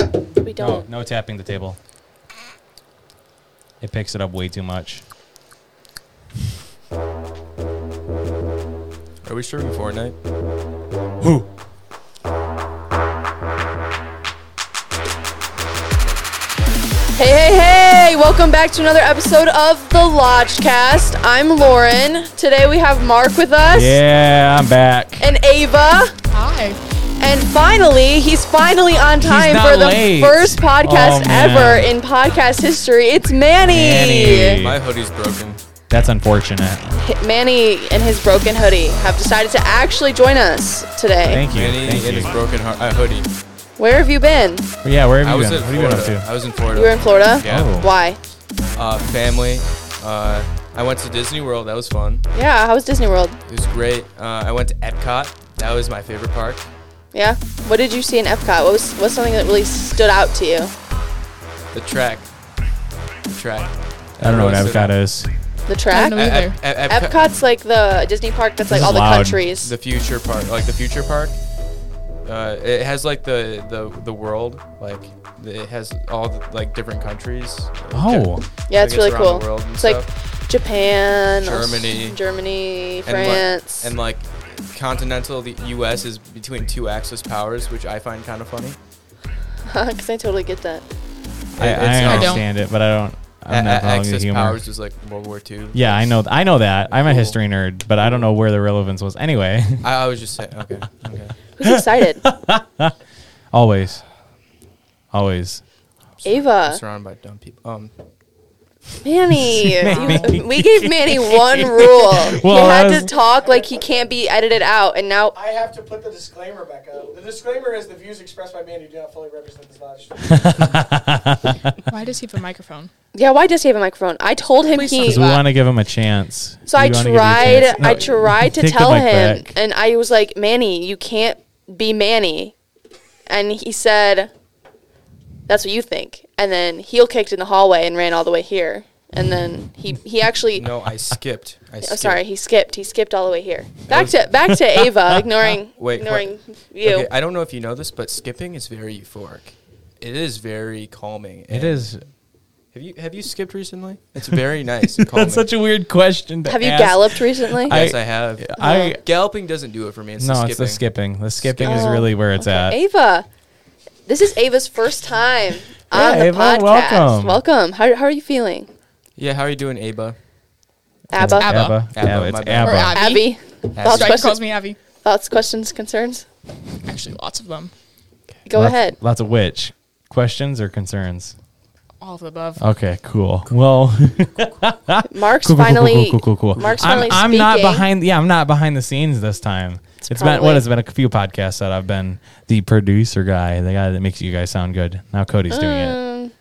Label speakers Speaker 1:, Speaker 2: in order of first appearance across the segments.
Speaker 1: No,
Speaker 2: don't.
Speaker 1: no tapping the table. It picks it up way too much.
Speaker 3: Are we streaming Fortnite?
Speaker 1: Who?
Speaker 2: Hey, hey, hey! Welcome back to another episode of the Lodgecast. I'm Lauren. Today we have Mark with us
Speaker 1: Yeah, I'm back.
Speaker 2: and Ava.
Speaker 4: Hi.
Speaker 2: And finally, he's finally on time
Speaker 1: not
Speaker 2: for the
Speaker 1: late.
Speaker 2: first podcast
Speaker 1: Oh, man.
Speaker 2: ever in podcast history. It's Manny.
Speaker 1: Manny.
Speaker 3: My hoodie's broken.
Speaker 1: That's unfortunate.
Speaker 2: H- Manny and his broken hoodie have decided to actually join us today.
Speaker 1: Thank you.
Speaker 3: Manny
Speaker 1: Thank
Speaker 3: in his
Speaker 1: you.
Speaker 3: broken heart. Uh, hoodie.
Speaker 2: Where have you been?
Speaker 1: Yeah, where have
Speaker 3: I
Speaker 1: you
Speaker 3: was
Speaker 1: been?
Speaker 3: in
Speaker 1: What have you been up
Speaker 3: Florida. I
Speaker 1: to?
Speaker 3: was in Florida.
Speaker 2: You were in Florida?
Speaker 3: Yeah.
Speaker 1: Oh.
Speaker 2: Why?
Speaker 3: Uh, family. Uh, I went to Disney World. That was fun.
Speaker 2: Yeah, how was Disney World?
Speaker 3: It was great. Uh, I went to Epcot. That was my favorite park.
Speaker 2: Yeah. What did you see in Epcot? What was what's something that really stood out to you?
Speaker 3: The track. The track.
Speaker 1: I don't know what
Speaker 3: Really stood out.
Speaker 1: Epcot is.
Speaker 2: The track?
Speaker 4: know. Me either.
Speaker 3: Ep- Ep- Epcot-
Speaker 2: Epcot's like the Disney park that's like
Speaker 1: This
Speaker 2: all
Speaker 1: is
Speaker 2: the
Speaker 1: loud.
Speaker 2: countries.
Speaker 3: the future park, like the future park. Uh, it has like the the the world, like the- it has all the, like different countries. uh,
Speaker 1: Oh.
Speaker 3: Jap-
Speaker 2: yeah, it's
Speaker 3: like,
Speaker 2: really
Speaker 3: around the
Speaker 2: cool.
Speaker 3: world and
Speaker 2: It's like
Speaker 3: stuff.
Speaker 2: Japan,
Speaker 3: Germany.
Speaker 2: Aus- Germany,
Speaker 3: And, like-
Speaker 2: France.
Speaker 3: and like continental, the U.S. is between two axis powers, which I find kind of funny.
Speaker 2: Because I totally get that.
Speaker 1: I,
Speaker 3: It-
Speaker 1: I
Speaker 3: it's not-
Speaker 1: understand it, but I don't. I'm
Speaker 3: A-
Speaker 1: not
Speaker 3: a-
Speaker 1: following the
Speaker 3: axis
Speaker 1: humor.
Speaker 3: powers was like World War II.
Speaker 1: Yeah, I know. I know that. I'm a
Speaker 3: Cool.
Speaker 1: history nerd, but I don't know where the relevance was. Anyway,
Speaker 3: I, I was just saying. Okay. okay.
Speaker 2: Who's excited?
Speaker 1: always, always.
Speaker 3: I'm
Speaker 2: Ava,
Speaker 3: surrounded by dumb people. Um,
Speaker 2: Manny.
Speaker 1: Manny.
Speaker 2: You- we gave Manny one rule. he
Speaker 1: Well, that
Speaker 2: had
Speaker 1: was-
Speaker 2: to talk like he can't be edited out, and now
Speaker 5: I have to put the disclaimer back up. The disclaimer is the views expressed by Mandy do not fully represent this lodge.
Speaker 4: Why does he have a microphone?
Speaker 2: yeah. Why does he have a microphone? I told him
Speaker 4: Please
Speaker 2: he.
Speaker 1: Because we want to give him a chance.
Speaker 2: So
Speaker 1: We
Speaker 2: I
Speaker 1: wanna give you a
Speaker 2: tried,
Speaker 1: chance. No,
Speaker 2: I tried to
Speaker 1: take the
Speaker 2: tell
Speaker 1: mic
Speaker 2: him,
Speaker 1: back.
Speaker 2: and I was like, Manny, you can't be Manny, and he said, "That's what you think." And then heel kicked in the hallway and ran all the way here, and then he he actually.
Speaker 3: no, I skipped. I
Speaker 2: Oh,
Speaker 3: skipped.
Speaker 2: sorry, he skipped. He skipped all the way here. Back
Speaker 3: was-
Speaker 2: to back to Ava, ignoring
Speaker 3: Wait,
Speaker 2: ignoring you.
Speaker 3: Okay, I don't know if you know this, but skipping is very euphoric. It is very calming.
Speaker 1: It is.
Speaker 3: Have you have you skipped recently? It's very nice and calming.
Speaker 1: That's such a weird question. To
Speaker 2: Have you
Speaker 1: ask.
Speaker 2: galloped recently?
Speaker 3: yes,
Speaker 1: I-
Speaker 3: I, have.
Speaker 1: I
Speaker 3: Galloping doesn't do it for me. It's
Speaker 1: no,
Speaker 3: the
Speaker 1: it's the
Speaker 3: skipping.
Speaker 1: skipping. The skipping is
Speaker 2: Oh,
Speaker 1: really where it's at.
Speaker 2: Ava, this is Ava's first time on
Speaker 1: Yeah,
Speaker 2: the
Speaker 1: Ava,
Speaker 2: podcast.
Speaker 1: welcome.
Speaker 2: Welcome. How, how are you feeling,
Speaker 3: Yeah, how are you doing, Aba?
Speaker 2: Abba?
Speaker 4: Abba.
Speaker 1: Abba.
Speaker 3: Abba,
Speaker 1: Abba, It's
Speaker 3: my bad.
Speaker 4: Or
Speaker 1: Abba.
Speaker 4: Abba.
Speaker 2: Abby. Thoughts,
Speaker 4: Stripe
Speaker 2: questions,
Speaker 4: calls me Abby.
Speaker 2: thoughts, questions, concerns?
Speaker 4: Actually, lots of them.
Speaker 2: Go
Speaker 1: Lots-
Speaker 2: ahead.
Speaker 1: Lots of which questions or concerns.
Speaker 4: All of the above.
Speaker 1: Okay, cool. Well,
Speaker 2: Mark's
Speaker 1: cool, cool,
Speaker 2: finally.
Speaker 1: cool, cool, cool, cool.
Speaker 2: Mark's
Speaker 1: I'm,
Speaker 2: finally
Speaker 1: I'm not
Speaker 2: speaking.
Speaker 1: behind. Yeah, I'm not behind the scenes this time. It's been
Speaker 2: probably-
Speaker 1: what has been a few podcasts that I've been the producer guy, the guy that makes you guys sound good. Now Cody's doing it.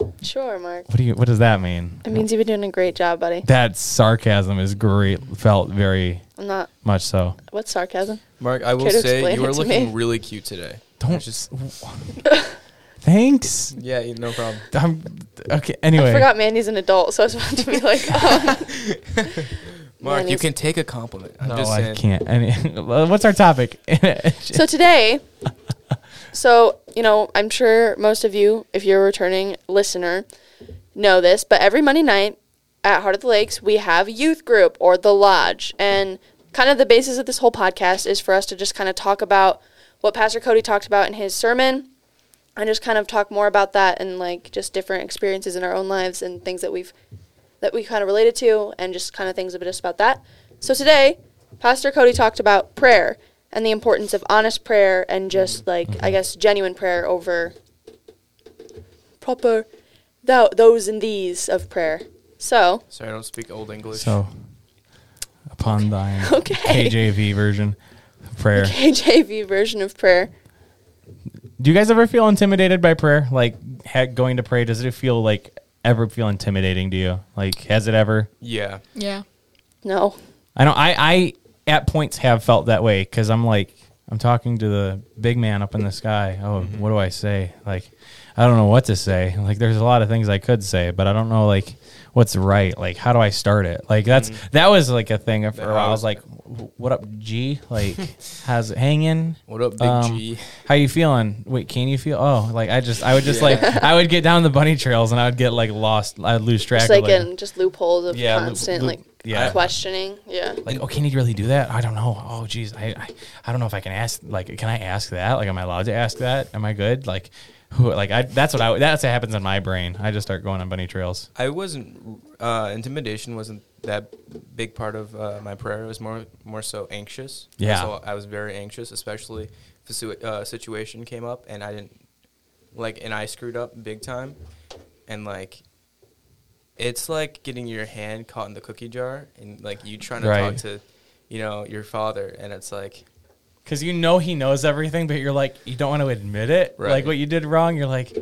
Speaker 2: Um, sure, Mark.
Speaker 1: What do you? What does that mean?
Speaker 2: It means you've been doing a great job, buddy.
Speaker 1: That sarcasm is great. Felt very
Speaker 2: I'm not.
Speaker 1: much so.
Speaker 2: What's sarcasm?
Speaker 3: Mark, I will
Speaker 2: Could
Speaker 3: say
Speaker 2: explain
Speaker 3: you
Speaker 2: it
Speaker 3: are
Speaker 2: to
Speaker 3: looking
Speaker 2: me.
Speaker 3: really cute today.
Speaker 1: Don't
Speaker 3: It's just.
Speaker 1: just. Thanks.
Speaker 3: Yeah, you- no problem.
Speaker 1: I'm okay. Anyway,
Speaker 2: I forgot Mandy's an adult, so I was about to be like, um,
Speaker 3: Mark, you
Speaker 2: he's-
Speaker 3: can take a compliment. I'm
Speaker 1: no,
Speaker 3: just
Speaker 1: I
Speaker 3: saying.
Speaker 1: can't. Any, what's our topic?
Speaker 2: so today so you know i'm sure most of you if you're a returning listener know this but every monday night at heart of the lakes we have youth group or the lodge and kind of the basis of this whole podcast is for us to just kind of talk about what pastor cody talked about in his sermon and just kind of talk more about that and like just different experiences in our own lives and things that we've that we kind of related to and just kind of things just about that. So today, Pastor Cody talked about prayer and the importance of honest prayer and
Speaker 1: Mm-hmm.
Speaker 2: just like I guess genuine prayer over proper thou those and these of prayer. So
Speaker 3: Sorry, I don't speak old English.
Speaker 1: so, upon thine
Speaker 2: Okay.
Speaker 1: KJV version prayer.
Speaker 2: KJV version of prayer.
Speaker 1: Do you guys ever feel intimidated by prayer? Like heck, going to pray, does it feel like ever feel intimidating to you? Like has it ever?
Speaker 3: yeah,
Speaker 4: Yeah.
Speaker 2: No.
Speaker 1: I know I I at points have felt that way because I'm like I'm talking to the big man up in the sky. Oh,
Speaker 3: Mm-hmm.
Speaker 1: what do I say? Like, I don't know what to say. Like, there's a lot of things I could say, but I don't know like what's right. Like, how do I start it? Like, that's
Speaker 3: Mm-hmm.
Speaker 1: that was like a thing for a while. I was like, "Wh- what up, G? Like, how's it hanging?
Speaker 3: What up, Big
Speaker 1: Um,
Speaker 3: G?
Speaker 1: How you feeling? Wait, can you feel? Oh, like I just, I would just like, I would get down the bunny trails and I would get like lost. I'd lose track.
Speaker 2: Just
Speaker 1: of,
Speaker 2: like in just loopholes of
Speaker 1: Yeah, loop-
Speaker 2: constant
Speaker 1: loop-
Speaker 2: like
Speaker 1: yeah.
Speaker 2: questioning. Yeah.
Speaker 1: like, oh, can you really do that? I don't know. Oh, geez, I, I, I don't know if I can ask. Like, can I ask that? Like, am I allowed to ask that? Am I good? Like, who? Like, I. That's what I. That's what happens in my brain. I just start going on bunny trails.
Speaker 3: I wasn't uh, intimidation wasn't that big part of uh, my prayer. It was more more so anxious.
Speaker 1: Yeah.
Speaker 3: so I was very anxious, especially if a situ- uh, situation came up and I didn't like, and I screwed up big time, and like. It's like getting your hand caught in the cookie jar and like you trying to
Speaker 1: Right.
Speaker 3: talk to, you know, your father and it's like
Speaker 1: Cause you know he knows everything, but you're like you don't want to admit it.
Speaker 3: Right.
Speaker 1: Like what you did wrong, you're like.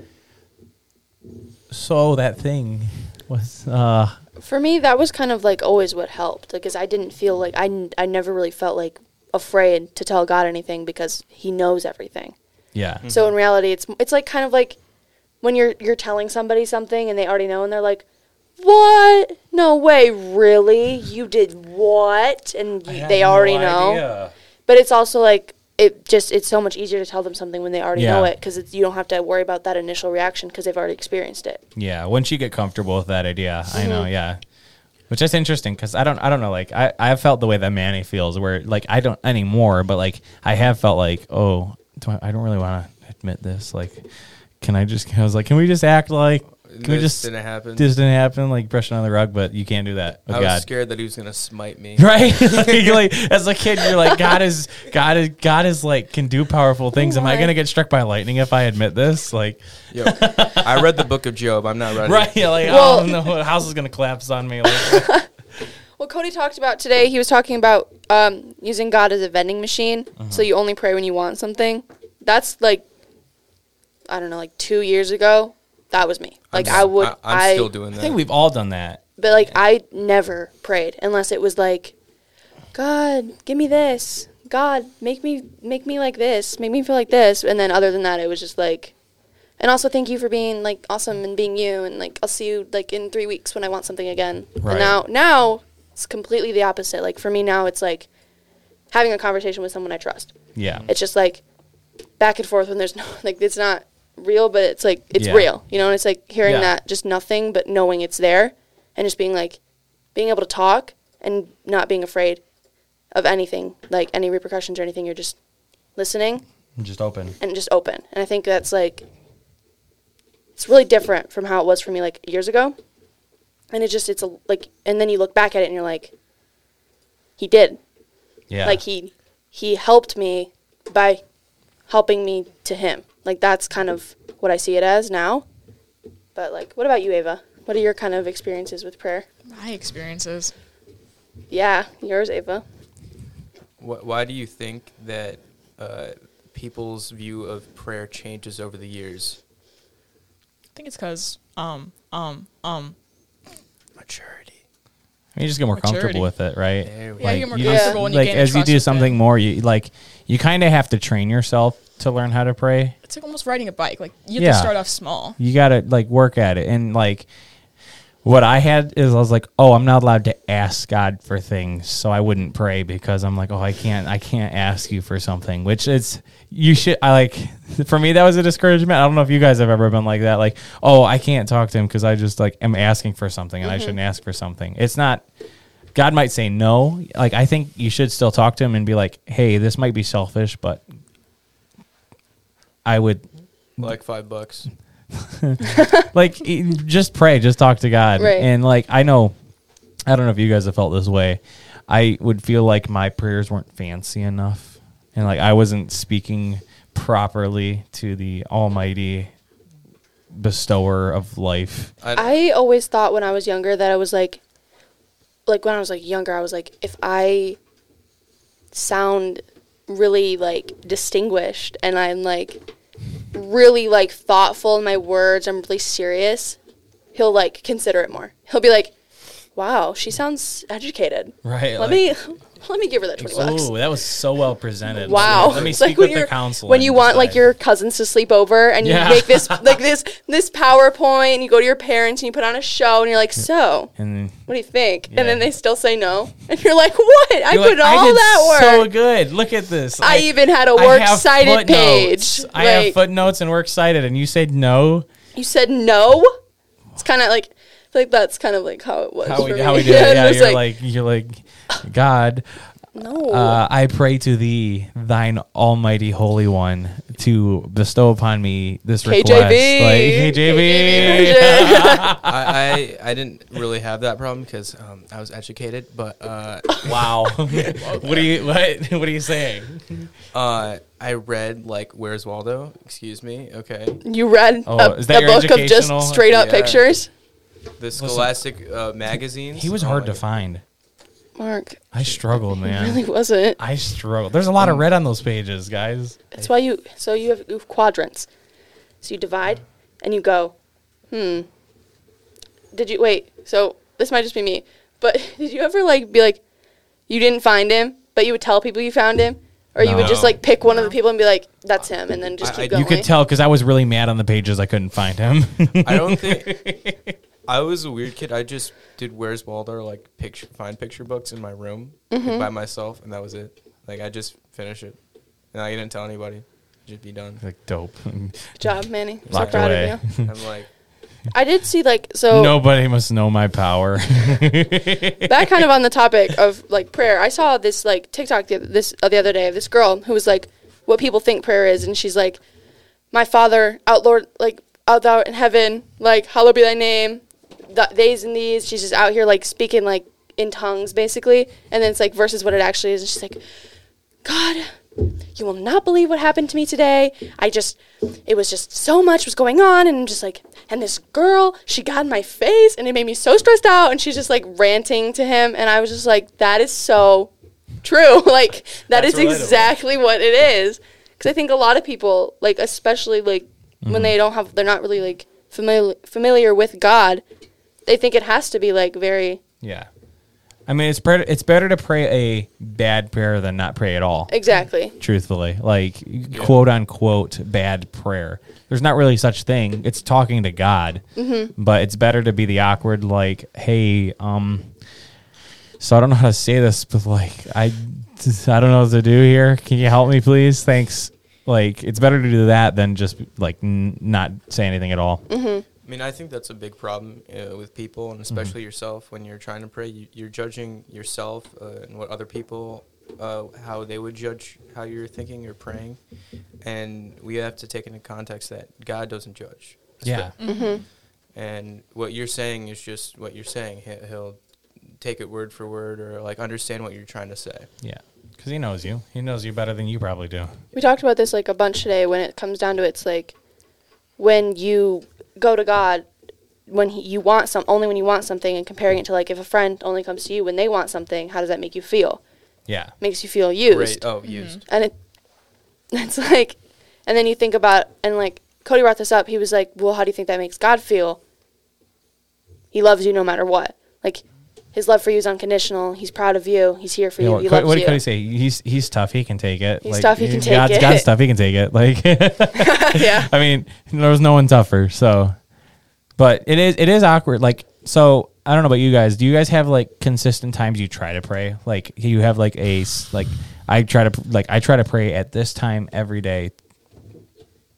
Speaker 1: So that thing was uh
Speaker 2: For me, that was kind of like always what helped because I didn't feel like I, n- I never really felt like afraid to tell God anything because He knows everything.
Speaker 1: yeah.
Speaker 2: So in reality, it's it's like kind of like when you're you're telling somebody something and they already know and they're like, "What? No way! Really? You did what?" And you, they already know. But it's also like it just it's so much easier to tell them something when they already know
Speaker 1: Yeah.
Speaker 2: it because you don't have to worry about that initial reaction because they've already experienced it.
Speaker 1: Yeah, once you get comfortable with that idea, I know. Yeah, which is interesting because I don't, I don't know. Like I, I have felt the way that Manny feels, where like I don't anymore, but like I have felt like, oh, do I, I don't really want to admit this. Like, can I just? I was like, can we just act like? Can we
Speaker 3: This
Speaker 1: just?
Speaker 3: didn't happen.
Speaker 1: This didn't happen. Like brushing on the rug, but you can't do that. With
Speaker 3: I was
Speaker 1: God.
Speaker 3: scared that he was gonna smite me.
Speaker 1: Right, like, like, as a kid, you're like God is God is God is like can do powerful things. Am I
Speaker 4: my.
Speaker 1: gonna get struck by lightning if I admit this? Like,
Speaker 3: Yo, I read the book of Job. I'm not ready.
Speaker 1: right? Like,
Speaker 2: Well-
Speaker 1: oh no, the house is gonna collapse on me. Like,
Speaker 2: Well, Cody talked about today. He was talking about um, using God as a vending machine.
Speaker 3: Uh-huh.
Speaker 2: So you only pray when you want something. That's like, I don't know, like two years ago. That was me. Like
Speaker 3: I'm,
Speaker 2: I would,
Speaker 3: I,
Speaker 2: I,
Speaker 3: I'm still doing that.
Speaker 1: I think we've all done that.
Speaker 2: but like I never prayed unless it was like, God, give me this. God, make me make me like this. Make me feel like this. And then other than that, it was just like, and also thank you for being like awesome and being you. And like I'll see you like in three weeks when I want something again.
Speaker 1: Right.
Speaker 2: And now now it's completely the opposite. Like for me now, it's like having a conversation with someone I trust.
Speaker 1: Yeah.
Speaker 2: It's just like back and forth when there's no like it's not real, but it's like it's
Speaker 1: Yeah.
Speaker 2: real, you know. And it's like hearing
Speaker 1: Yeah.
Speaker 2: that just nothing, but knowing it's there, and just being like being able to talk and not being afraid of anything, like any repercussions or anything. You're just listening
Speaker 1: just open.
Speaker 2: and just open. And I think that's like it's really different from how it was for me like years ago. And it just it's a like and then you look back at it and you're like he did
Speaker 1: Yeah.
Speaker 2: like he he helped me by helping me to him like that's kind of what i see it as now but like what about you ava what are your kind of experiences with prayer
Speaker 4: My experiences.
Speaker 2: yeah yours ava
Speaker 3: Wh- why do you think that uh, people's view of prayer changes over the years?
Speaker 4: I think it's because um um um.
Speaker 3: Maturity.
Speaker 1: you just get more comfortable
Speaker 4: Maturity.
Speaker 1: with it, right?
Speaker 3: There we
Speaker 4: Yeah, you get more
Speaker 1: you
Speaker 4: comfortable
Speaker 1: just-
Speaker 4: when you
Speaker 1: like
Speaker 4: gain
Speaker 1: as you
Speaker 4: trust
Speaker 1: do
Speaker 4: with it.
Speaker 1: something more, you like you kind of have to train yourself to learn how to pray.
Speaker 4: It's like almost riding a bike. Like you have
Speaker 1: Yeah.
Speaker 4: to start off small.
Speaker 1: You got to like work at it and like what I had is I was like, "Oh, I'm not allowed to ask God for things." So I wouldn't pray because I'm like, "Oh, I can't I can't ask you for something," which is you should I like for me that was a discouragement. I don't know if you guys have ever been like that like, "Oh, I can't talk to him because I just like am asking for something and I shouldn't ask for something." It's not God might say no. Like I think you should still talk to him and be like, "Hey, this might be selfish, but I would
Speaker 3: Like five bucks.
Speaker 1: like e- just pray, just talk to God.
Speaker 2: Right.
Speaker 1: And like I know I don't know if you guys have felt this way. I would feel like my prayers weren't fancy enough and like I wasn't speaking properly to the almighty bestower of life.
Speaker 2: i always thought when i was younger that i was like like when i was like younger i was like if i sound really like distinguished and i'm like really like thoughtful in my words i'm really serious he'll like consider it more he'll be like wow, she sounds educated.
Speaker 1: Right.
Speaker 2: Let me let me give her that twenty bucks.
Speaker 1: Oh, that was so well presented.
Speaker 2: Wow.
Speaker 1: Let me
Speaker 2: It's like
Speaker 1: speak
Speaker 2: when
Speaker 1: with the
Speaker 2: you're-
Speaker 1: council.
Speaker 2: When
Speaker 1: and
Speaker 2: you want like
Speaker 1: decide.
Speaker 2: your cousins to sleep over and
Speaker 1: Yeah.
Speaker 2: you make this like this this PowerPoint and you go to your parents and you put on a show and you're like, so
Speaker 1: And
Speaker 2: what do you think?
Speaker 1: Yeah.
Speaker 2: And then they still say no. And you're like, what? I
Speaker 1: You're
Speaker 2: put
Speaker 1: like,
Speaker 2: all
Speaker 1: did
Speaker 2: that
Speaker 1: So
Speaker 2: work.
Speaker 1: good. Look at this.
Speaker 2: I even had a
Speaker 1: I
Speaker 2: works
Speaker 1: have
Speaker 2: cited
Speaker 1: footnotes.
Speaker 2: page.
Speaker 1: I have
Speaker 2: Like,
Speaker 1: footnotes and works cited, and you said no.
Speaker 2: you said no. It's kind of like I feel like that's kind of like how it was.
Speaker 1: How we,
Speaker 2: for
Speaker 1: how
Speaker 2: me.
Speaker 1: we did it?
Speaker 2: And
Speaker 1: Yeah,
Speaker 2: it's
Speaker 1: you're like, you're like, God,
Speaker 2: no.
Speaker 1: uh, I pray to thee, thine Almighty Holy One, to bestow upon me this request.
Speaker 2: KJV.
Speaker 1: Like, KJV.
Speaker 3: I, I I didn't really have that problem because um, I was educated, but uh,
Speaker 1: Wow. what are you what What are you saying?
Speaker 3: uh, I read like Where's Waldo? Excuse me. Okay,
Speaker 2: you read
Speaker 1: Oh,
Speaker 2: a,
Speaker 1: is that
Speaker 2: a
Speaker 1: your
Speaker 2: book of just
Speaker 1: educational-
Speaker 2: straight up
Speaker 3: Yeah.
Speaker 2: pictures.
Speaker 3: the Scholastic uh, magazines.
Speaker 1: He was
Speaker 3: Oh
Speaker 1: hard
Speaker 3: my
Speaker 1: to
Speaker 3: God.
Speaker 1: find.
Speaker 2: Mark,
Speaker 1: I struggled, man.
Speaker 2: really wasn't.
Speaker 1: I struggled. There's a lot of red on those pages, guys.
Speaker 2: That's why you. So you have, you have quadrants. So you divide, and you go. Hmm. Did you wait? So this might just be me, but did you ever like be like, you didn't find him, but you would tell people you found him, or you would just
Speaker 1: No.
Speaker 2: like pick one of the people and be like, that's him, and then just
Speaker 3: I-
Speaker 2: keep
Speaker 3: I-
Speaker 2: going.
Speaker 1: You could tell because I was really mad on the pages. I couldn't find him.
Speaker 3: I don't think I was a weird kid. I just did Where's Waldo like picture find picture books in my room like, by myself, and that was it. Like I just finished it, and I didn't tell anybody. Just be done.
Speaker 1: like dope.
Speaker 2: Good job, Manny. I'm so
Speaker 1: Locked
Speaker 2: proud
Speaker 1: away.
Speaker 2: of you.
Speaker 3: I'm like,
Speaker 2: I did see like so.
Speaker 1: Nobody must know my power.
Speaker 2: that kind of on the topic of like prayer. I saw this like TikTok the, this uh, the other day of this girl who was like, what people think prayer is, and she's like, my Father out Lord like out thou in heaven, like hallowed be thy name, th- they's and these. She's just out here like speaking like in tongues basically, and then it's like versus what it actually is, and she's like, God. You will not believe what happened to me today. I just, it was just so much was going on, and I'm just like, and this girl, she got in my face, and it made me so stressed out. And she's just like ranting to him, and I was just like, that is so true. like that
Speaker 1: That's
Speaker 2: is
Speaker 1: relatable.
Speaker 2: exactly what it is. Because I think a lot of people, like especially like
Speaker 1: Mm-hmm.
Speaker 2: when they don't have, they're not really like familiar familiar with God. They think it has to be like very
Speaker 1: yeah. I mean, it's better. It's better to pray a bad prayer than not pray at all.
Speaker 2: exactly.
Speaker 1: truthfully like quote unquote bad prayer there's not really such thing it's talking to god but it's better to be the awkward like hey um so i don't know how to say this but like i i don't know what to do here can you help me please thanks like it's better to do that than just like n- not say anything at all
Speaker 3: I mean, I think that's a big problem uh, with people,
Speaker 1: Mm-hmm.
Speaker 3: and especially yourself when you're trying to pray. You, you're judging yourself uh, and what other people, uh, how they would judge how you're thinking or praying, and we have to take into context that God doesn't judge.
Speaker 1: yeah
Speaker 2: Mm-hmm.
Speaker 3: and what you're saying is just what you're saying. He- He'll take it word for word, or like understand what you're trying to say.
Speaker 1: yeah because he knows you he knows you better than you probably do
Speaker 2: We talked about this like a bunch today. When it comes down to it, it's like when you go to God, when he, you want some, only when you want something, and comparing it to like if a friend only comes to you when they want something, how does that make you feel?
Speaker 1: yeah
Speaker 2: Makes you feel used,
Speaker 3: Right? Oh, used.
Speaker 2: and it, it's like, and then you think about and like Cody brought this up. He was like, "Well, how do you think that makes God feel? He loves you no matter what. Like his love for you is unconditional. He's proud of you. He's here for
Speaker 1: Yeah,
Speaker 2: you.
Speaker 1: what,
Speaker 2: he
Speaker 1: what,
Speaker 2: loves
Speaker 1: what did
Speaker 2: you."
Speaker 1: Cody say? He's he's tough. He can take it.
Speaker 2: He's tough, he can take
Speaker 1: God's
Speaker 2: it.
Speaker 1: God's tough. He can take it. Like,
Speaker 2: yeah,
Speaker 1: I mean, there was no one tougher. So, but it is it is awkward. Like, so I don't know about you guys. Do you guys have like consistent times you try to pray? Like, you have like a s- like I try to like I try to pray at this time every day.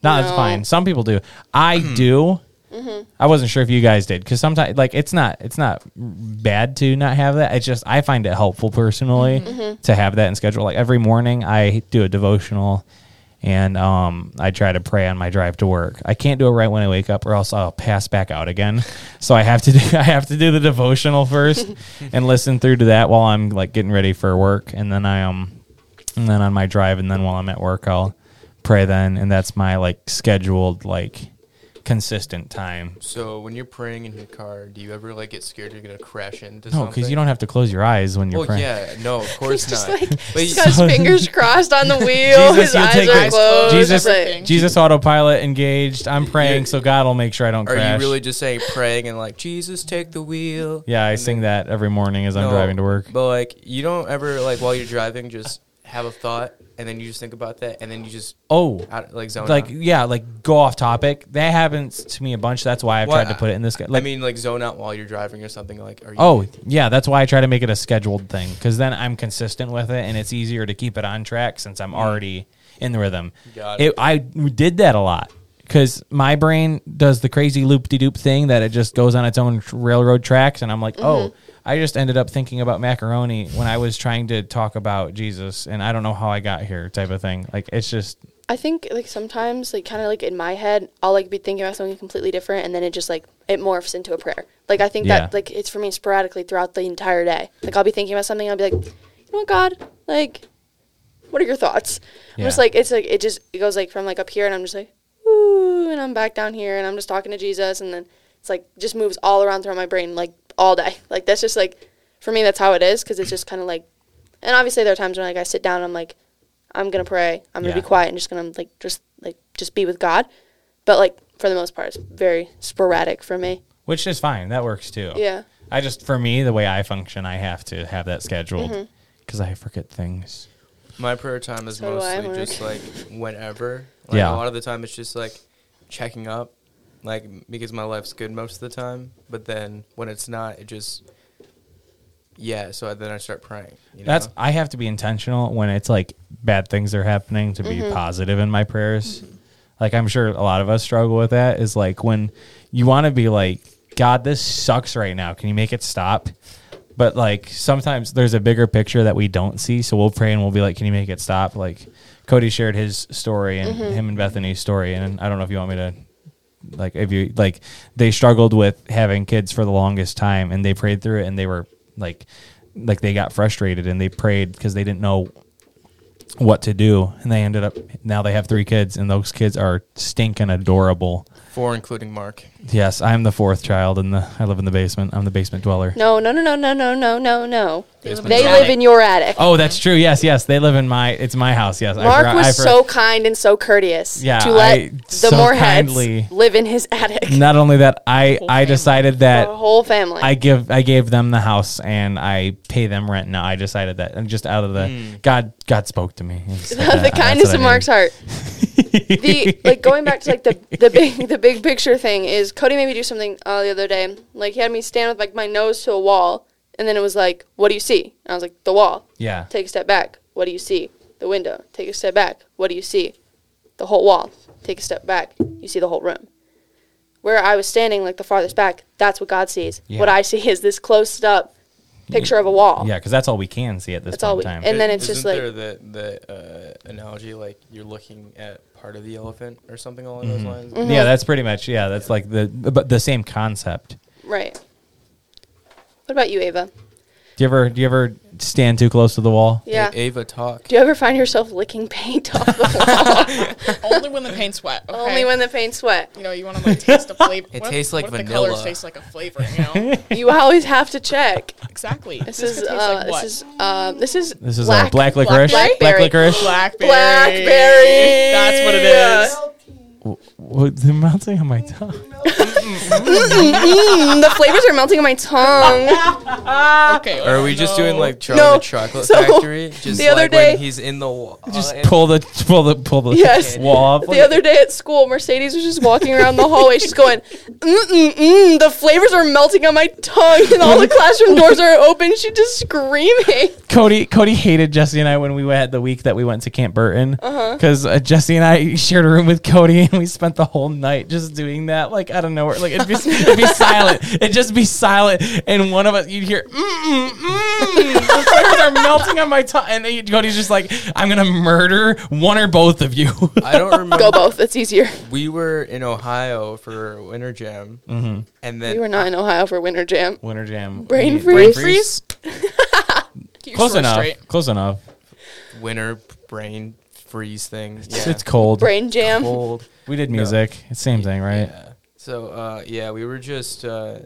Speaker 1: No, that's
Speaker 2: No.
Speaker 1: fine. Some people do. I do. I wasn't sure if you guys did because sometimes like it's not it's not bad to not have that. It's just I find it helpful personally to have that in schedule. Like every morning I do a devotional and um I try to pray on my drive to work. I can't do it right when I wake up or else I'll pass back out again. So I have to do I have to do the devotional first and listen through to that while I'm like getting ready for work and then I um and then on my drive and then while I'm at work I'll pray then and that's my like scheduled like consistent time.
Speaker 3: So when you're praying in your car, do you ever like get scared you're gonna crash into
Speaker 1: No,
Speaker 3: something?
Speaker 1: because you don't have to close your eyes when you're
Speaker 3: Well,
Speaker 1: praying.
Speaker 3: yeah, no, of
Speaker 2: He's
Speaker 3: course
Speaker 2: just
Speaker 3: not.
Speaker 2: like
Speaker 3: but
Speaker 2: he's got his fingers crossed on the wheel.
Speaker 1: Jesus,
Speaker 2: his
Speaker 1: you
Speaker 2: eyes
Speaker 1: take
Speaker 2: are
Speaker 1: it.
Speaker 2: closed.
Speaker 1: Jesus-
Speaker 2: Like,
Speaker 1: Jesus autopilot engaged. I'm praying, so God will make sure I don't
Speaker 3: are
Speaker 1: crash.
Speaker 3: you really just saying praying and like Jesus take the wheel?
Speaker 1: yeah, I
Speaker 3: And
Speaker 1: sing
Speaker 3: then-
Speaker 1: that every morning as I'm
Speaker 3: No,
Speaker 1: driving to work.
Speaker 3: But like you don't ever like while you're driving just have a thought and then you just think about that and then you just
Speaker 1: Oh,
Speaker 3: out, like zone
Speaker 1: like
Speaker 3: out.
Speaker 1: yeah, like go off topic. That happens to me a bunch. That's why I've
Speaker 3: Well,
Speaker 1: tried to put it in this. Like,
Speaker 3: I mean like zone out while you're driving or something like are you
Speaker 1: Oh yeah, that's why I try to make it a scheduled thing because then I'm consistent with it and it's easier to keep it on track since I'm already in the rhythm.
Speaker 3: Mm. Got it.
Speaker 1: I did that a lot because my brain does the crazy loop de doop thing that it just goes on its own tr- railroad tracks and I'm like, oh, I just ended up thinking about macaroni when I was trying to talk about Jesus and I don't know how I got here type of thing. Like it's just
Speaker 2: I think like sometimes like kind of like in my head, I'll like be thinking about something completely different, and then it just like it morphs into a prayer. Like I think
Speaker 1: Yeah.
Speaker 2: that like it's for me sporadically throughout the entire day. Like I'll be thinking about something, I'll be like, you know what, God, like, what are your thoughts? I'm just
Speaker 1: Yeah.
Speaker 2: like it's like it just it goes like from like up here, and I'm just like, ooh, and I'm back down here, and I'm just talking to Jesus, and then it's like just moves all around throughout my brain like all day. Like that's just like for me that's how it is because it's just kind of like, and obviously there are times when like I sit down, and I'm like. I'm gonna pray. I'm gonna
Speaker 1: Yeah.
Speaker 2: be quiet and just gonna like just like just be with God. But like for the most part, it's very sporadic for me.
Speaker 1: which is fine. That works too.
Speaker 2: Yeah.
Speaker 1: I just for me the way I function, I have to have that scheduled because I forget things.
Speaker 3: My prayer time is
Speaker 2: So do I,
Speaker 3: mostly
Speaker 2: Mark.
Speaker 3: just like whenever. Like,
Speaker 1: Yeah.
Speaker 3: A lot of the time it's just like checking up, like m- because my life's good most of the time. But then when it's not, it just yeah. So I- then I start praying. You
Speaker 1: That's
Speaker 3: know?
Speaker 1: I have to be intentional when it's like bad things are happening to be positive in my prayers. Like I'm sure a lot of us struggle with that is like when you want to be like god this sucks right now. Can you make it stop? But like sometimes there's a bigger picture that we don't see, so we'll pray and we'll be like can you make it stop? Like Cody shared his story and him and Bethany's story and I don't know if you want me to like if you like they struggled with having kids for the longest time and they prayed through it and they were like like they got frustrated and they prayed because they didn't know what to do and they ended up now they have three kids and those kids are stinking adorable
Speaker 3: four, including Mark.
Speaker 1: yes i'm the fourth child and the i live in the basement i'm the basement dweller
Speaker 2: No, no, no, no, no, no, no, no, no. They
Speaker 3: Basement
Speaker 2: live
Speaker 3: dweller.
Speaker 2: in your attic.
Speaker 1: oh that's true yes yes they live in my it's my house yes
Speaker 2: Mark
Speaker 1: forgot-
Speaker 2: was
Speaker 1: forgot-
Speaker 2: so kind and so courteous
Speaker 1: Yeah,
Speaker 2: to let
Speaker 1: I-
Speaker 2: the
Speaker 1: so
Speaker 2: Moorheads
Speaker 1: kindly.
Speaker 2: live in his attic.
Speaker 1: not only that i
Speaker 4: whole
Speaker 1: i
Speaker 4: family.
Speaker 1: decided that
Speaker 2: Our whole family.
Speaker 1: I give I gave them the house and I pay them rent now. I decided that and just out of the God God spoke to me. It's like
Speaker 2: Hmm. the
Speaker 1: that.
Speaker 2: kindness
Speaker 1: That's
Speaker 2: of
Speaker 1: what I
Speaker 2: Mark's
Speaker 1: needed.
Speaker 2: heart. the like going back to like the the big the big picture thing is Cody made me do something uh, the other day. Like he had me stand with like my nose to a wall, and then it was like, "What do you see?" And I was like, "The wall."
Speaker 1: Yeah.
Speaker 2: Take a step back. What do you see? The window. Take a step back. What do you see? The whole wall. Take a step back. You see the whole room. Where I was standing, like the farthest back, that's what God sees.
Speaker 1: Yeah.
Speaker 2: What I see is this closed up picture of a wall.
Speaker 1: Yeah, because that's all we can see at this
Speaker 2: That's all
Speaker 1: point
Speaker 2: we-
Speaker 1: in time.
Speaker 2: and then it's
Speaker 3: Isn't
Speaker 2: just, like-
Speaker 3: there the the uh, analogy like you're looking at part of the elephant or something along those lines.
Speaker 2: Mm, mhm.
Speaker 1: yeah, that's pretty much yeah. That's like the but the same concept.
Speaker 2: Right. What about you, Ava?
Speaker 1: Do you ever do you ever stand too close to the wall?
Speaker 2: Yeah.
Speaker 3: A- Ava talk.
Speaker 2: Do you ever find yourself licking paint off the wall?
Speaker 4: Only when the paint's wet. Okay?
Speaker 2: Only when the paint's wet.
Speaker 4: you know you want to like taste a flavor.
Speaker 3: It tastes like
Speaker 4: what If the
Speaker 3: vanilla.
Speaker 4: colors taste like a flavor. You know
Speaker 2: You always have to check.
Speaker 4: exactly.
Speaker 2: This is
Speaker 4: could taste
Speaker 2: uh,
Speaker 4: like what?
Speaker 2: this is um, this is
Speaker 1: This is
Speaker 2: black,
Speaker 1: a black licorice.
Speaker 2: blackberry.
Speaker 1: licorice.
Speaker 4: blackberry.
Speaker 2: Blackberry.
Speaker 4: That's what it is.
Speaker 1: What, they're melting on my tongue.
Speaker 2: Mm, the flavors are melting on my tongue.
Speaker 4: Okay.
Speaker 3: Or are we just doing like Charlie
Speaker 2: No.
Speaker 3: the Chocolate
Speaker 2: So,
Speaker 3: Factory? Just
Speaker 2: the other
Speaker 3: like
Speaker 2: day-
Speaker 3: when he's in the wall.
Speaker 1: Just pull the pull the pull the
Speaker 2: Yes.
Speaker 1: wall up.
Speaker 2: the other day at school, Mercedes was just walking around the hallway. She's going, mm, mm, mm, the flavors are melting on my tongue, and all the classroom doors are open. She's just screaming.
Speaker 1: Cody Cody hated Jesse and I when we had the week that we went to Camp Burton
Speaker 2: Uh-huh.
Speaker 1: because uh Jesse and I shared a room with Cody and we spent the whole night just doing that like I don't know where like it'd be, it'd be silent it'd just be silent and one of us you'd hear mm mm mm the flavors are melting on my tongue and then you'd- Cody's just like I'm gonna murder one or both of you
Speaker 3: I don't remember.
Speaker 2: Go both. It's easier.
Speaker 3: we were in Ohio for Winter Jam, and then
Speaker 2: We were not in Ohio for winter jam.
Speaker 1: Winter Jam
Speaker 2: Brain
Speaker 1: Brain
Speaker 2: freeze?
Speaker 4: Keep your
Speaker 1: close
Speaker 4: story
Speaker 1: enough
Speaker 4: straight.
Speaker 1: close enough
Speaker 3: winter brain freeze thing. Yeah.
Speaker 1: it's cold
Speaker 2: Brain jam.
Speaker 3: cold.
Speaker 1: we did music it's same thing right
Speaker 3: Yeah. So uh, yeah, we were just uh,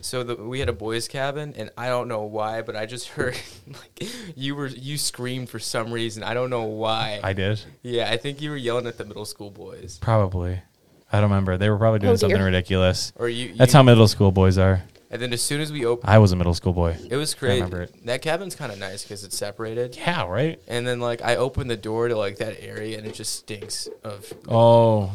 Speaker 3: so the, we had a boys' cabin, and I don't know why, but I just heard like you were you screamed for some reason. I don't know why.
Speaker 1: I did.
Speaker 3: yeah, I think you were yelling at the middle school boys,
Speaker 1: Probably. I don't remember. They were probably doing
Speaker 2: Oh,
Speaker 1: something
Speaker 2: dear.
Speaker 1: ridiculous.
Speaker 3: or you. you
Speaker 1: That's how middle school boys are.
Speaker 3: And then as soon as we opened,
Speaker 1: I was a middle school boy.
Speaker 3: it was crazy.
Speaker 1: remember it.
Speaker 3: That cabin's kind of nice because it's separated.
Speaker 1: Yeah, right?
Speaker 3: And then like I opened the door to like that area, and it just stinks of
Speaker 1: Oh,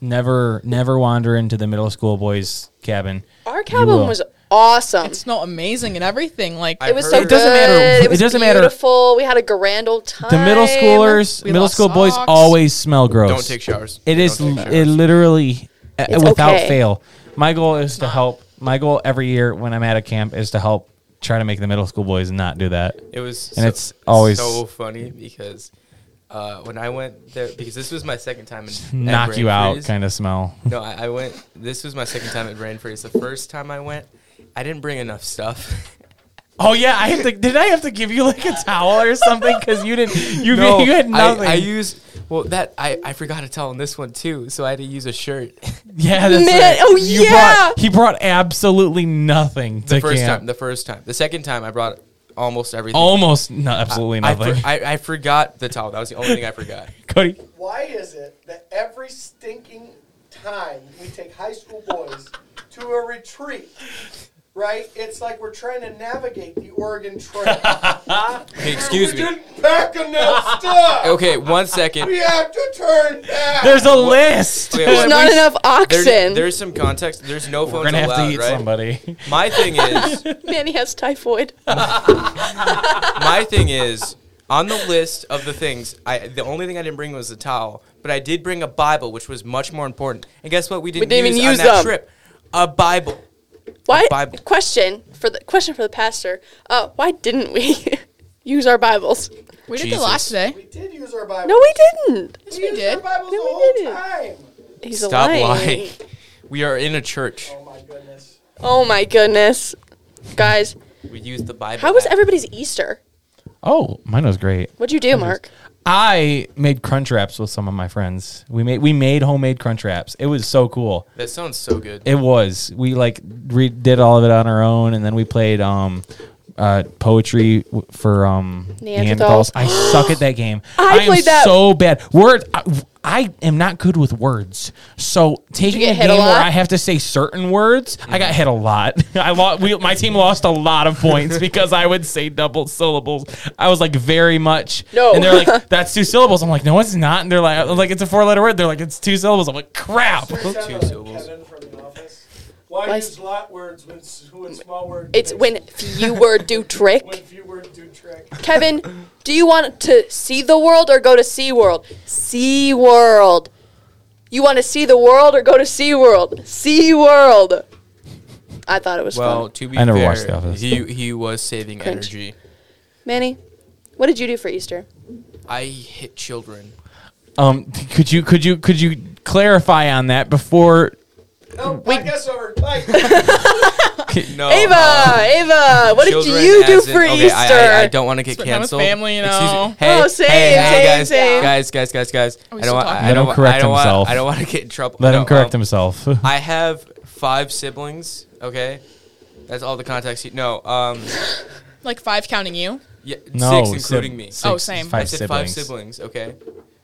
Speaker 1: never, never wander into the middle school boys' cabin.
Speaker 2: Our
Speaker 1: will.
Speaker 2: cabin was awesome.
Speaker 4: It smelled amazing and everything. Like
Speaker 3: I-
Speaker 2: it was
Speaker 3: heard-
Speaker 2: so
Speaker 3: It doesn't
Speaker 1: matter-
Speaker 2: good.
Speaker 1: it
Speaker 2: was
Speaker 1: doesn't matter.
Speaker 2: Beautiful. We had a grand old time.
Speaker 1: The middle schoolers,
Speaker 4: We
Speaker 1: middle
Speaker 4: lost
Speaker 1: school boys
Speaker 4: socks.
Speaker 1: always smell gross.
Speaker 3: don't take showers.
Speaker 1: It is.
Speaker 3: Don't take
Speaker 1: It
Speaker 3: showers.
Speaker 1: literally, uh, without
Speaker 2: okay.
Speaker 1: fail. My goal is to help. My goal every year when I'm at a camp is to help try to make the middle school boys not do that.
Speaker 3: It was
Speaker 1: And
Speaker 3: so,
Speaker 1: it's always-
Speaker 3: so funny because uh, when I went there because this was my second time in at
Speaker 1: Knock you
Speaker 3: Brain
Speaker 1: out
Speaker 3: Freeze.
Speaker 1: kind of smell.
Speaker 3: No, I, I went. This was my second time at Brain Freeze. The first time I went, I didn't bring enough stuff.
Speaker 1: Oh yeah, I have to. Did I have to give you like a towel or something because you didn't? You you had nothing.
Speaker 3: I, I used well that I, I forgot to tell him this one too, so I had to use a shirt.
Speaker 1: yeah, that's
Speaker 2: Man,
Speaker 1: right.
Speaker 2: oh,
Speaker 1: You
Speaker 2: yeah.
Speaker 1: brought- he brought absolutely nothing to
Speaker 3: the first
Speaker 1: camp.
Speaker 3: time. The first time. The second time I brought almost everything.
Speaker 1: Almost no, absolutely
Speaker 3: I,
Speaker 1: nothing.
Speaker 3: for- I, I forgot the towel. That was the only thing I forgot.
Speaker 1: Cody,
Speaker 5: Why is it that every stinking time we take high school boys to a retreat, right? It's like we're trying to navigate the Oregon Trail.
Speaker 3: Okay, excuse
Speaker 5: we
Speaker 3: me.
Speaker 5: didn't pack enough stuff.
Speaker 3: Okay, one second.
Speaker 5: We have to turn back.
Speaker 1: there's a list.
Speaker 3: Wait,
Speaker 2: There's
Speaker 3: wait,
Speaker 2: not
Speaker 3: wait.
Speaker 2: enough
Speaker 3: There's,
Speaker 2: oxygen.
Speaker 3: there's some context. There's no
Speaker 1: We're
Speaker 3: phones
Speaker 1: gonna have
Speaker 3: allowed,
Speaker 1: to eat
Speaker 3: right?
Speaker 1: somebody.
Speaker 3: My thing is,
Speaker 2: Manny has typhoid.
Speaker 3: my thing is, on the list of the things, I the only thing I didn't bring was the towel, but I did bring a Bible, which was much more important. And guess what? We didn't,
Speaker 2: didn't
Speaker 3: use
Speaker 2: even
Speaker 3: on
Speaker 2: use
Speaker 3: that
Speaker 2: them.
Speaker 3: trip. A Bible.
Speaker 2: Why?
Speaker 3: Bible.
Speaker 2: Question for the question for the pastor. Uh, why didn't we use our Bibles?
Speaker 4: we did
Speaker 3: Jesus.
Speaker 4: the last day.
Speaker 5: We did use our Bible.
Speaker 2: No, we didn't.
Speaker 4: we
Speaker 5: used
Speaker 4: did.
Speaker 5: Our Bibles
Speaker 2: No,
Speaker 5: the
Speaker 2: we
Speaker 5: whole
Speaker 2: didn't.
Speaker 5: time.
Speaker 2: He's
Speaker 3: Stop
Speaker 2: lying.
Speaker 3: lying. We are in a church.
Speaker 5: Oh my goodness.
Speaker 2: Oh my goodness, guys!
Speaker 3: We used the Bible.
Speaker 2: How was
Speaker 3: app.
Speaker 2: everybody's Easter?
Speaker 1: Oh, mine was great.
Speaker 2: What'd you do, Mark?
Speaker 1: I made crunch wraps with some of my friends. We made we made homemade crunch wraps. It was so cool.
Speaker 3: That sounds so good.
Speaker 1: It was. We like re- did all of it on our own, and then we played um, uh, poetry w- for um,
Speaker 2: Neanderthals.
Speaker 1: Neanderthals. I suck at that game.
Speaker 2: I
Speaker 1: am
Speaker 2: played that.
Speaker 1: so bad. Word. I, I am not good with words. So taking
Speaker 2: get
Speaker 1: a
Speaker 2: hit a
Speaker 1: game where
Speaker 2: lot?
Speaker 1: I have to say certain words, I got hit a lot. I lost. We, my team lost a lot of points because I would say double syllables. I was like very much.
Speaker 2: No.
Speaker 1: And they're like, that's two syllables. I'm like, no, it's not. And they're like, I'm like it's a four letter word. They're like, it's two syllables. I'm like, crap.
Speaker 5: First time
Speaker 3: Two
Speaker 5: I was
Speaker 3: syllables.
Speaker 5: Kevin from the office. Why
Speaker 2: Why
Speaker 5: use
Speaker 2: s-
Speaker 5: lot words when, s- who in small words?
Speaker 2: It's
Speaker 5: make-
Speaker 2: when few word do
Speaker 5: when
Speaker 2: trick.
Speaker 5: few words do trick.
Speaker 2: Kevin, do you want to see the world or go to Sea World? Sea World. You want to see the world or go to Sea World? Sea World. I thought it was
Speaker 3: well,
Speaker 2: fun.
Speaker 3: to be
Speaker 1: I never
Speaker 3: fair,
Speaker 1: watched The Office.
Speaker 3: he he was saving
Speaker 2: Cringe.
Speaker 3: energy.
Speaker 2: Manny, what did you do for Easter?
Speaker 3: I hit children.
Speaker 1: Um, could you could you could you clarify on that before?
Speaker 5: No,
Speaker 2: We-
Speaker 5: I guess over. Bye.
Speaker 3: No,
Speaker 2: Eva, Eva, what did
Speaker 3: children
Speaker 2: you do
Speaker 3: as in-
Speaker 2: for
Speaker 3: okay,
Speaker 2: Easter?
Speaker 3: I, I, I don't want to get
Speaker 4: Spend time with
Speaker 3: canceled.
Speaker 4: family, you
Speaker 3: Excuse me.
Speaker 4: know.
Speaker 3: Hey,
Speaker 2: Oh, same,
Speaker 3: hey, hey,
Speaker 2: same,
Speaker 3: guys,
Speaker 2: same.
Speaker 3: guys, guys, guys, guys.
Speaker 4: Are we
Speaker 3: I don't
Speaker 4: still
Speaker 3: want.
Speaker 4: talking?
Speaker 3: I
Speaker 1: Let
Speaker 3: don't
Speaker 1: him
Speaker 3: want.
Speaker 1: correct
Speaker 3: I don't want.
Speaker 1: himself.
Speaker 3: I don't want to get in trouble.
Speaker 1: Let
Speaker 3: No,
Speaker 1: him correct
Speaker 3: um,
Speaker 1: himself.
Speaker 3: I have five siblings. Okay, that's all the context. You, no, um,
Speaker 4: Like five counting you.
Speaker 3: yeah,
Speaker 1: no,
Speaker 3: six including
Speaker 1: sib-
Speaker 3: me.
Speaker 1: six-
Speaker 4: Oh, same.
Speaker 1: Five
Speaker 3: I said
Speaker 1: siblings.
Speaker 3: five siblings. Okay,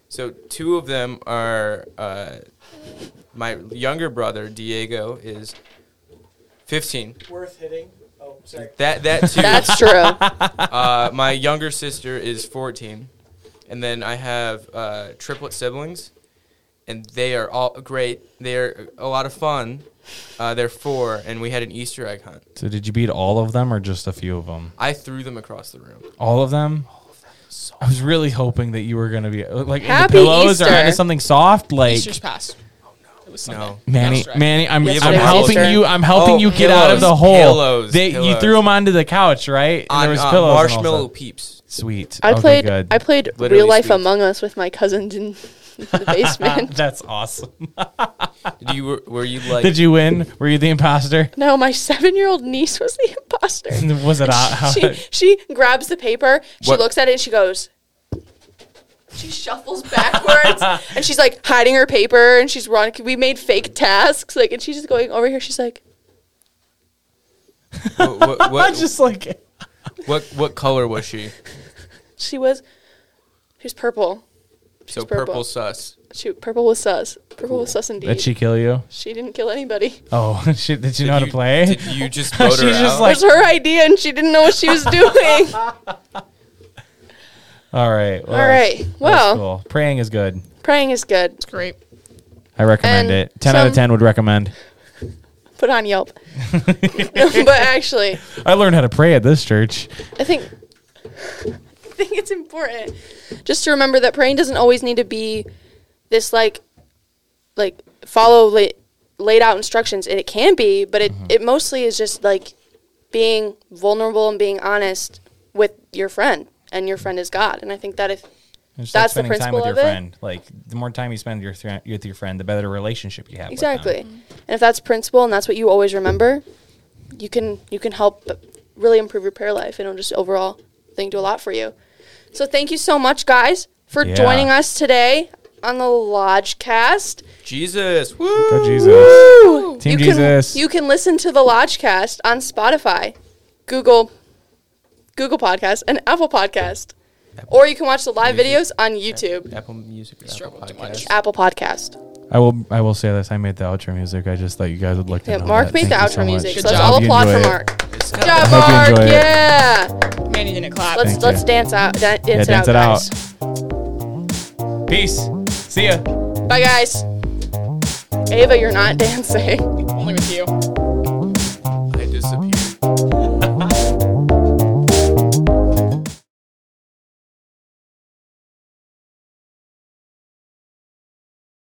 Speaker 3: so two of them are uh, my younger brother Diego is fifteen.
Speaker 5: Worth hitting. Oh, sorry.
Speaker 3: That that too.
Speaker 2: That's true.
Speaker 3: uh, my younger sister is 14, and then I have uh, triplet siblings, and they are all great. They are a lot of fun. Uh, they're four, and we had an Easter egg hunt.
Speaker 1: So did you beat all of them or just a few of them?
Speaker 3: I threw them across the room.
Speaker 1: All of them. I was really hoping that you were gonna be uh, like into
Speaker 2: Happy
Speaker 1: pillows or
Speaker 2: Easter.
Speaker 1: into something soft, like
Speaker 4: Easter's passed. It was Sunday.
Speaker 3: No.
Speaker 1: Manny.
Speaker 4: That's right.
Speaker 1: Manny, I'm,
Speaker 2: Yes,
Speaker 1: I'm
Speaker 2: it was
Speaker 1: helping
Speaker 2: Easter.
Speaker 1: you. I'm helping
Speaker 3: Oh,
Speaker 1: you get out of the
Speaker 3: pillows,
Speaker 1: hole.
Speaker 3: pillows,
Speaker 1: they, You
Speaker 3: pillows.
Speaker 1: threw them onto the couch, right? And
Speaker 3: On,
Speaker 1: there was
Speaker 3: uh,
Speaker 1: pillows. and all stuff.
Speaker 3: marshmallow peeps.
Speaker 1: Sweet.
Speaker 2: I
Speaker 1: Okay,
Speaker 2: played.
Speaker 1: Good.
Speaker 2: I played
Speaker 3: Literally
Speaker 2: real life
Speaker 3: sweet.
Speaker 2: Among Us with my cousins in the basement.
Speaker 1: That's awesome.
Speaker 3: Did you were, were you like?
Speaker 1: Did you win? Were you the imposter?
Speaker 2: no, my seven-year-old niece was the imposter.
Speaker 1: Was it?
Speaker 2: she she grabs the paper, she
Speaker 3: What-
Speaker 2: looks at it, and she goes, She shuffles backwards and she's like hiding her paper and she's running. We made fake tasks like, and she's just going over here. She's like,
Speaker 3: what, what, what,
Speaker 1: just like
Speaker 3: what, what color was she?
Speaker 2: she was, she was purple. She's
Speaker 3: So
Speaker 2: purple.
Speaker 3: purple. sus.
Speaker 2: She purple was sus. Purple was sus indeed.
Speaker 1: did
Speaker 2: She,
Speaker 1: she kill you?
Speaker 2: didn't kill anybody.
Speaker 1: Oh, she, did you
Speaker 3: Did
Speaker 1: know how to play?
Speaker 3: Did you just vote her
Speaker 1: She's just
Speaker 3: out?
Speaker 1: like-
Speaker 2: it was her idea and she didn't know what she was doing.
Speaker 1: All right.
Speaker 2: All right. Well,
Speaker 1: cool. praying is good.
Speaker 2: praying is good.
Speaker 4: It's great.
Speaker 1: I recommend
Speaker 2: And
Speaker 1: it. Ten out of
Speaker 2: some-
Speaker 1: ten would recommend.
Speaker 2: Put on Yelp. No, but actually,
Speaker 1: I learned how to pray at this church.
Speaker 2: I think I think it's important just to remember that praying doesn't always need to be this like like follow la- laid out instructions and it can be, but it it mostly is just like being vulnerable and being honest with your friend and your friend is God. And I think that if
Speaker 1: It's
Speaker 2: That's the
Speaker 1: like spending time with
Speaker 2: principle
Speaker 1: your
Speaker 2: of it.
Speaker 1: friend. Like the more time you spend with your with your friend, the better relationship you have. with them.
Speaker 2: exactly. And if that's principle and that's what you always remember, you can you can help really improve your prayer life and it'll just overall thing do a lot for you. So thank you so much guys for
Speaker 1: Yeah.
Speaker 2: joining us today on the Lodgecast.
Speaker 3: Jesus. Woo.
Speaker 1: Go Jesus. Team
Speaker 2: you
Speaker 1: Jesus.
Speaker 2: Can, you can listen to the Lodgecast on Spotify, Google Google Podcast and Apple Podcast. Or you can watch the live videos on YouTube.
Speaker 3: Apple Music. or Apple
Speaker 4: Struggle too much.
Speaker 3: Podcasts.
Speaker 2: Apple Podcast.
Speaker 1: I will. I will say this. I made the outro music. I just thought you guys would like to.
Speaker 2: Yeah,
Speaker 1: know
Speaker 2: Mark
Speaker 1: that.
Speaker 2: made the
Speaker 1: Thank you
Speaker 2: outro
Speaker 1: so much.
Speaker 2: music.
Speaker 4: Good
Speaker 2: So let's
Speaker 4: job.
Speaker 2: all
Speaker 1: You
Speaker 2: applaud for
Speaker 1: enjoy it.
Speaker 2: Mark.
Speaker 3: It's
Speaker 2: Good
Speaker 3: not-
Speaker 2: job,
Speaker 1: hope you
Speaker 2: Mark.
Speaker 1: enjoy it.
Speaker 2: Yeah.
Speaker 4: Manny didn't clap.
Speaker 2: Let's
Speaker 1: Thank
Speaker 2: let's
Speaker 1: you.
Speaker 2: dance out. dan- Dance,
Speaker 1: Yeah,
Speaker 2: it
Speaker 1: dance
Speaker 2: out,
Speaker 1: it
Speaker 2: guys.
Speaker 1: out. Peace. See ya.
Speaker 2: Bye, guys. Ava, you're not dancing.
Speaker 4: Only with you.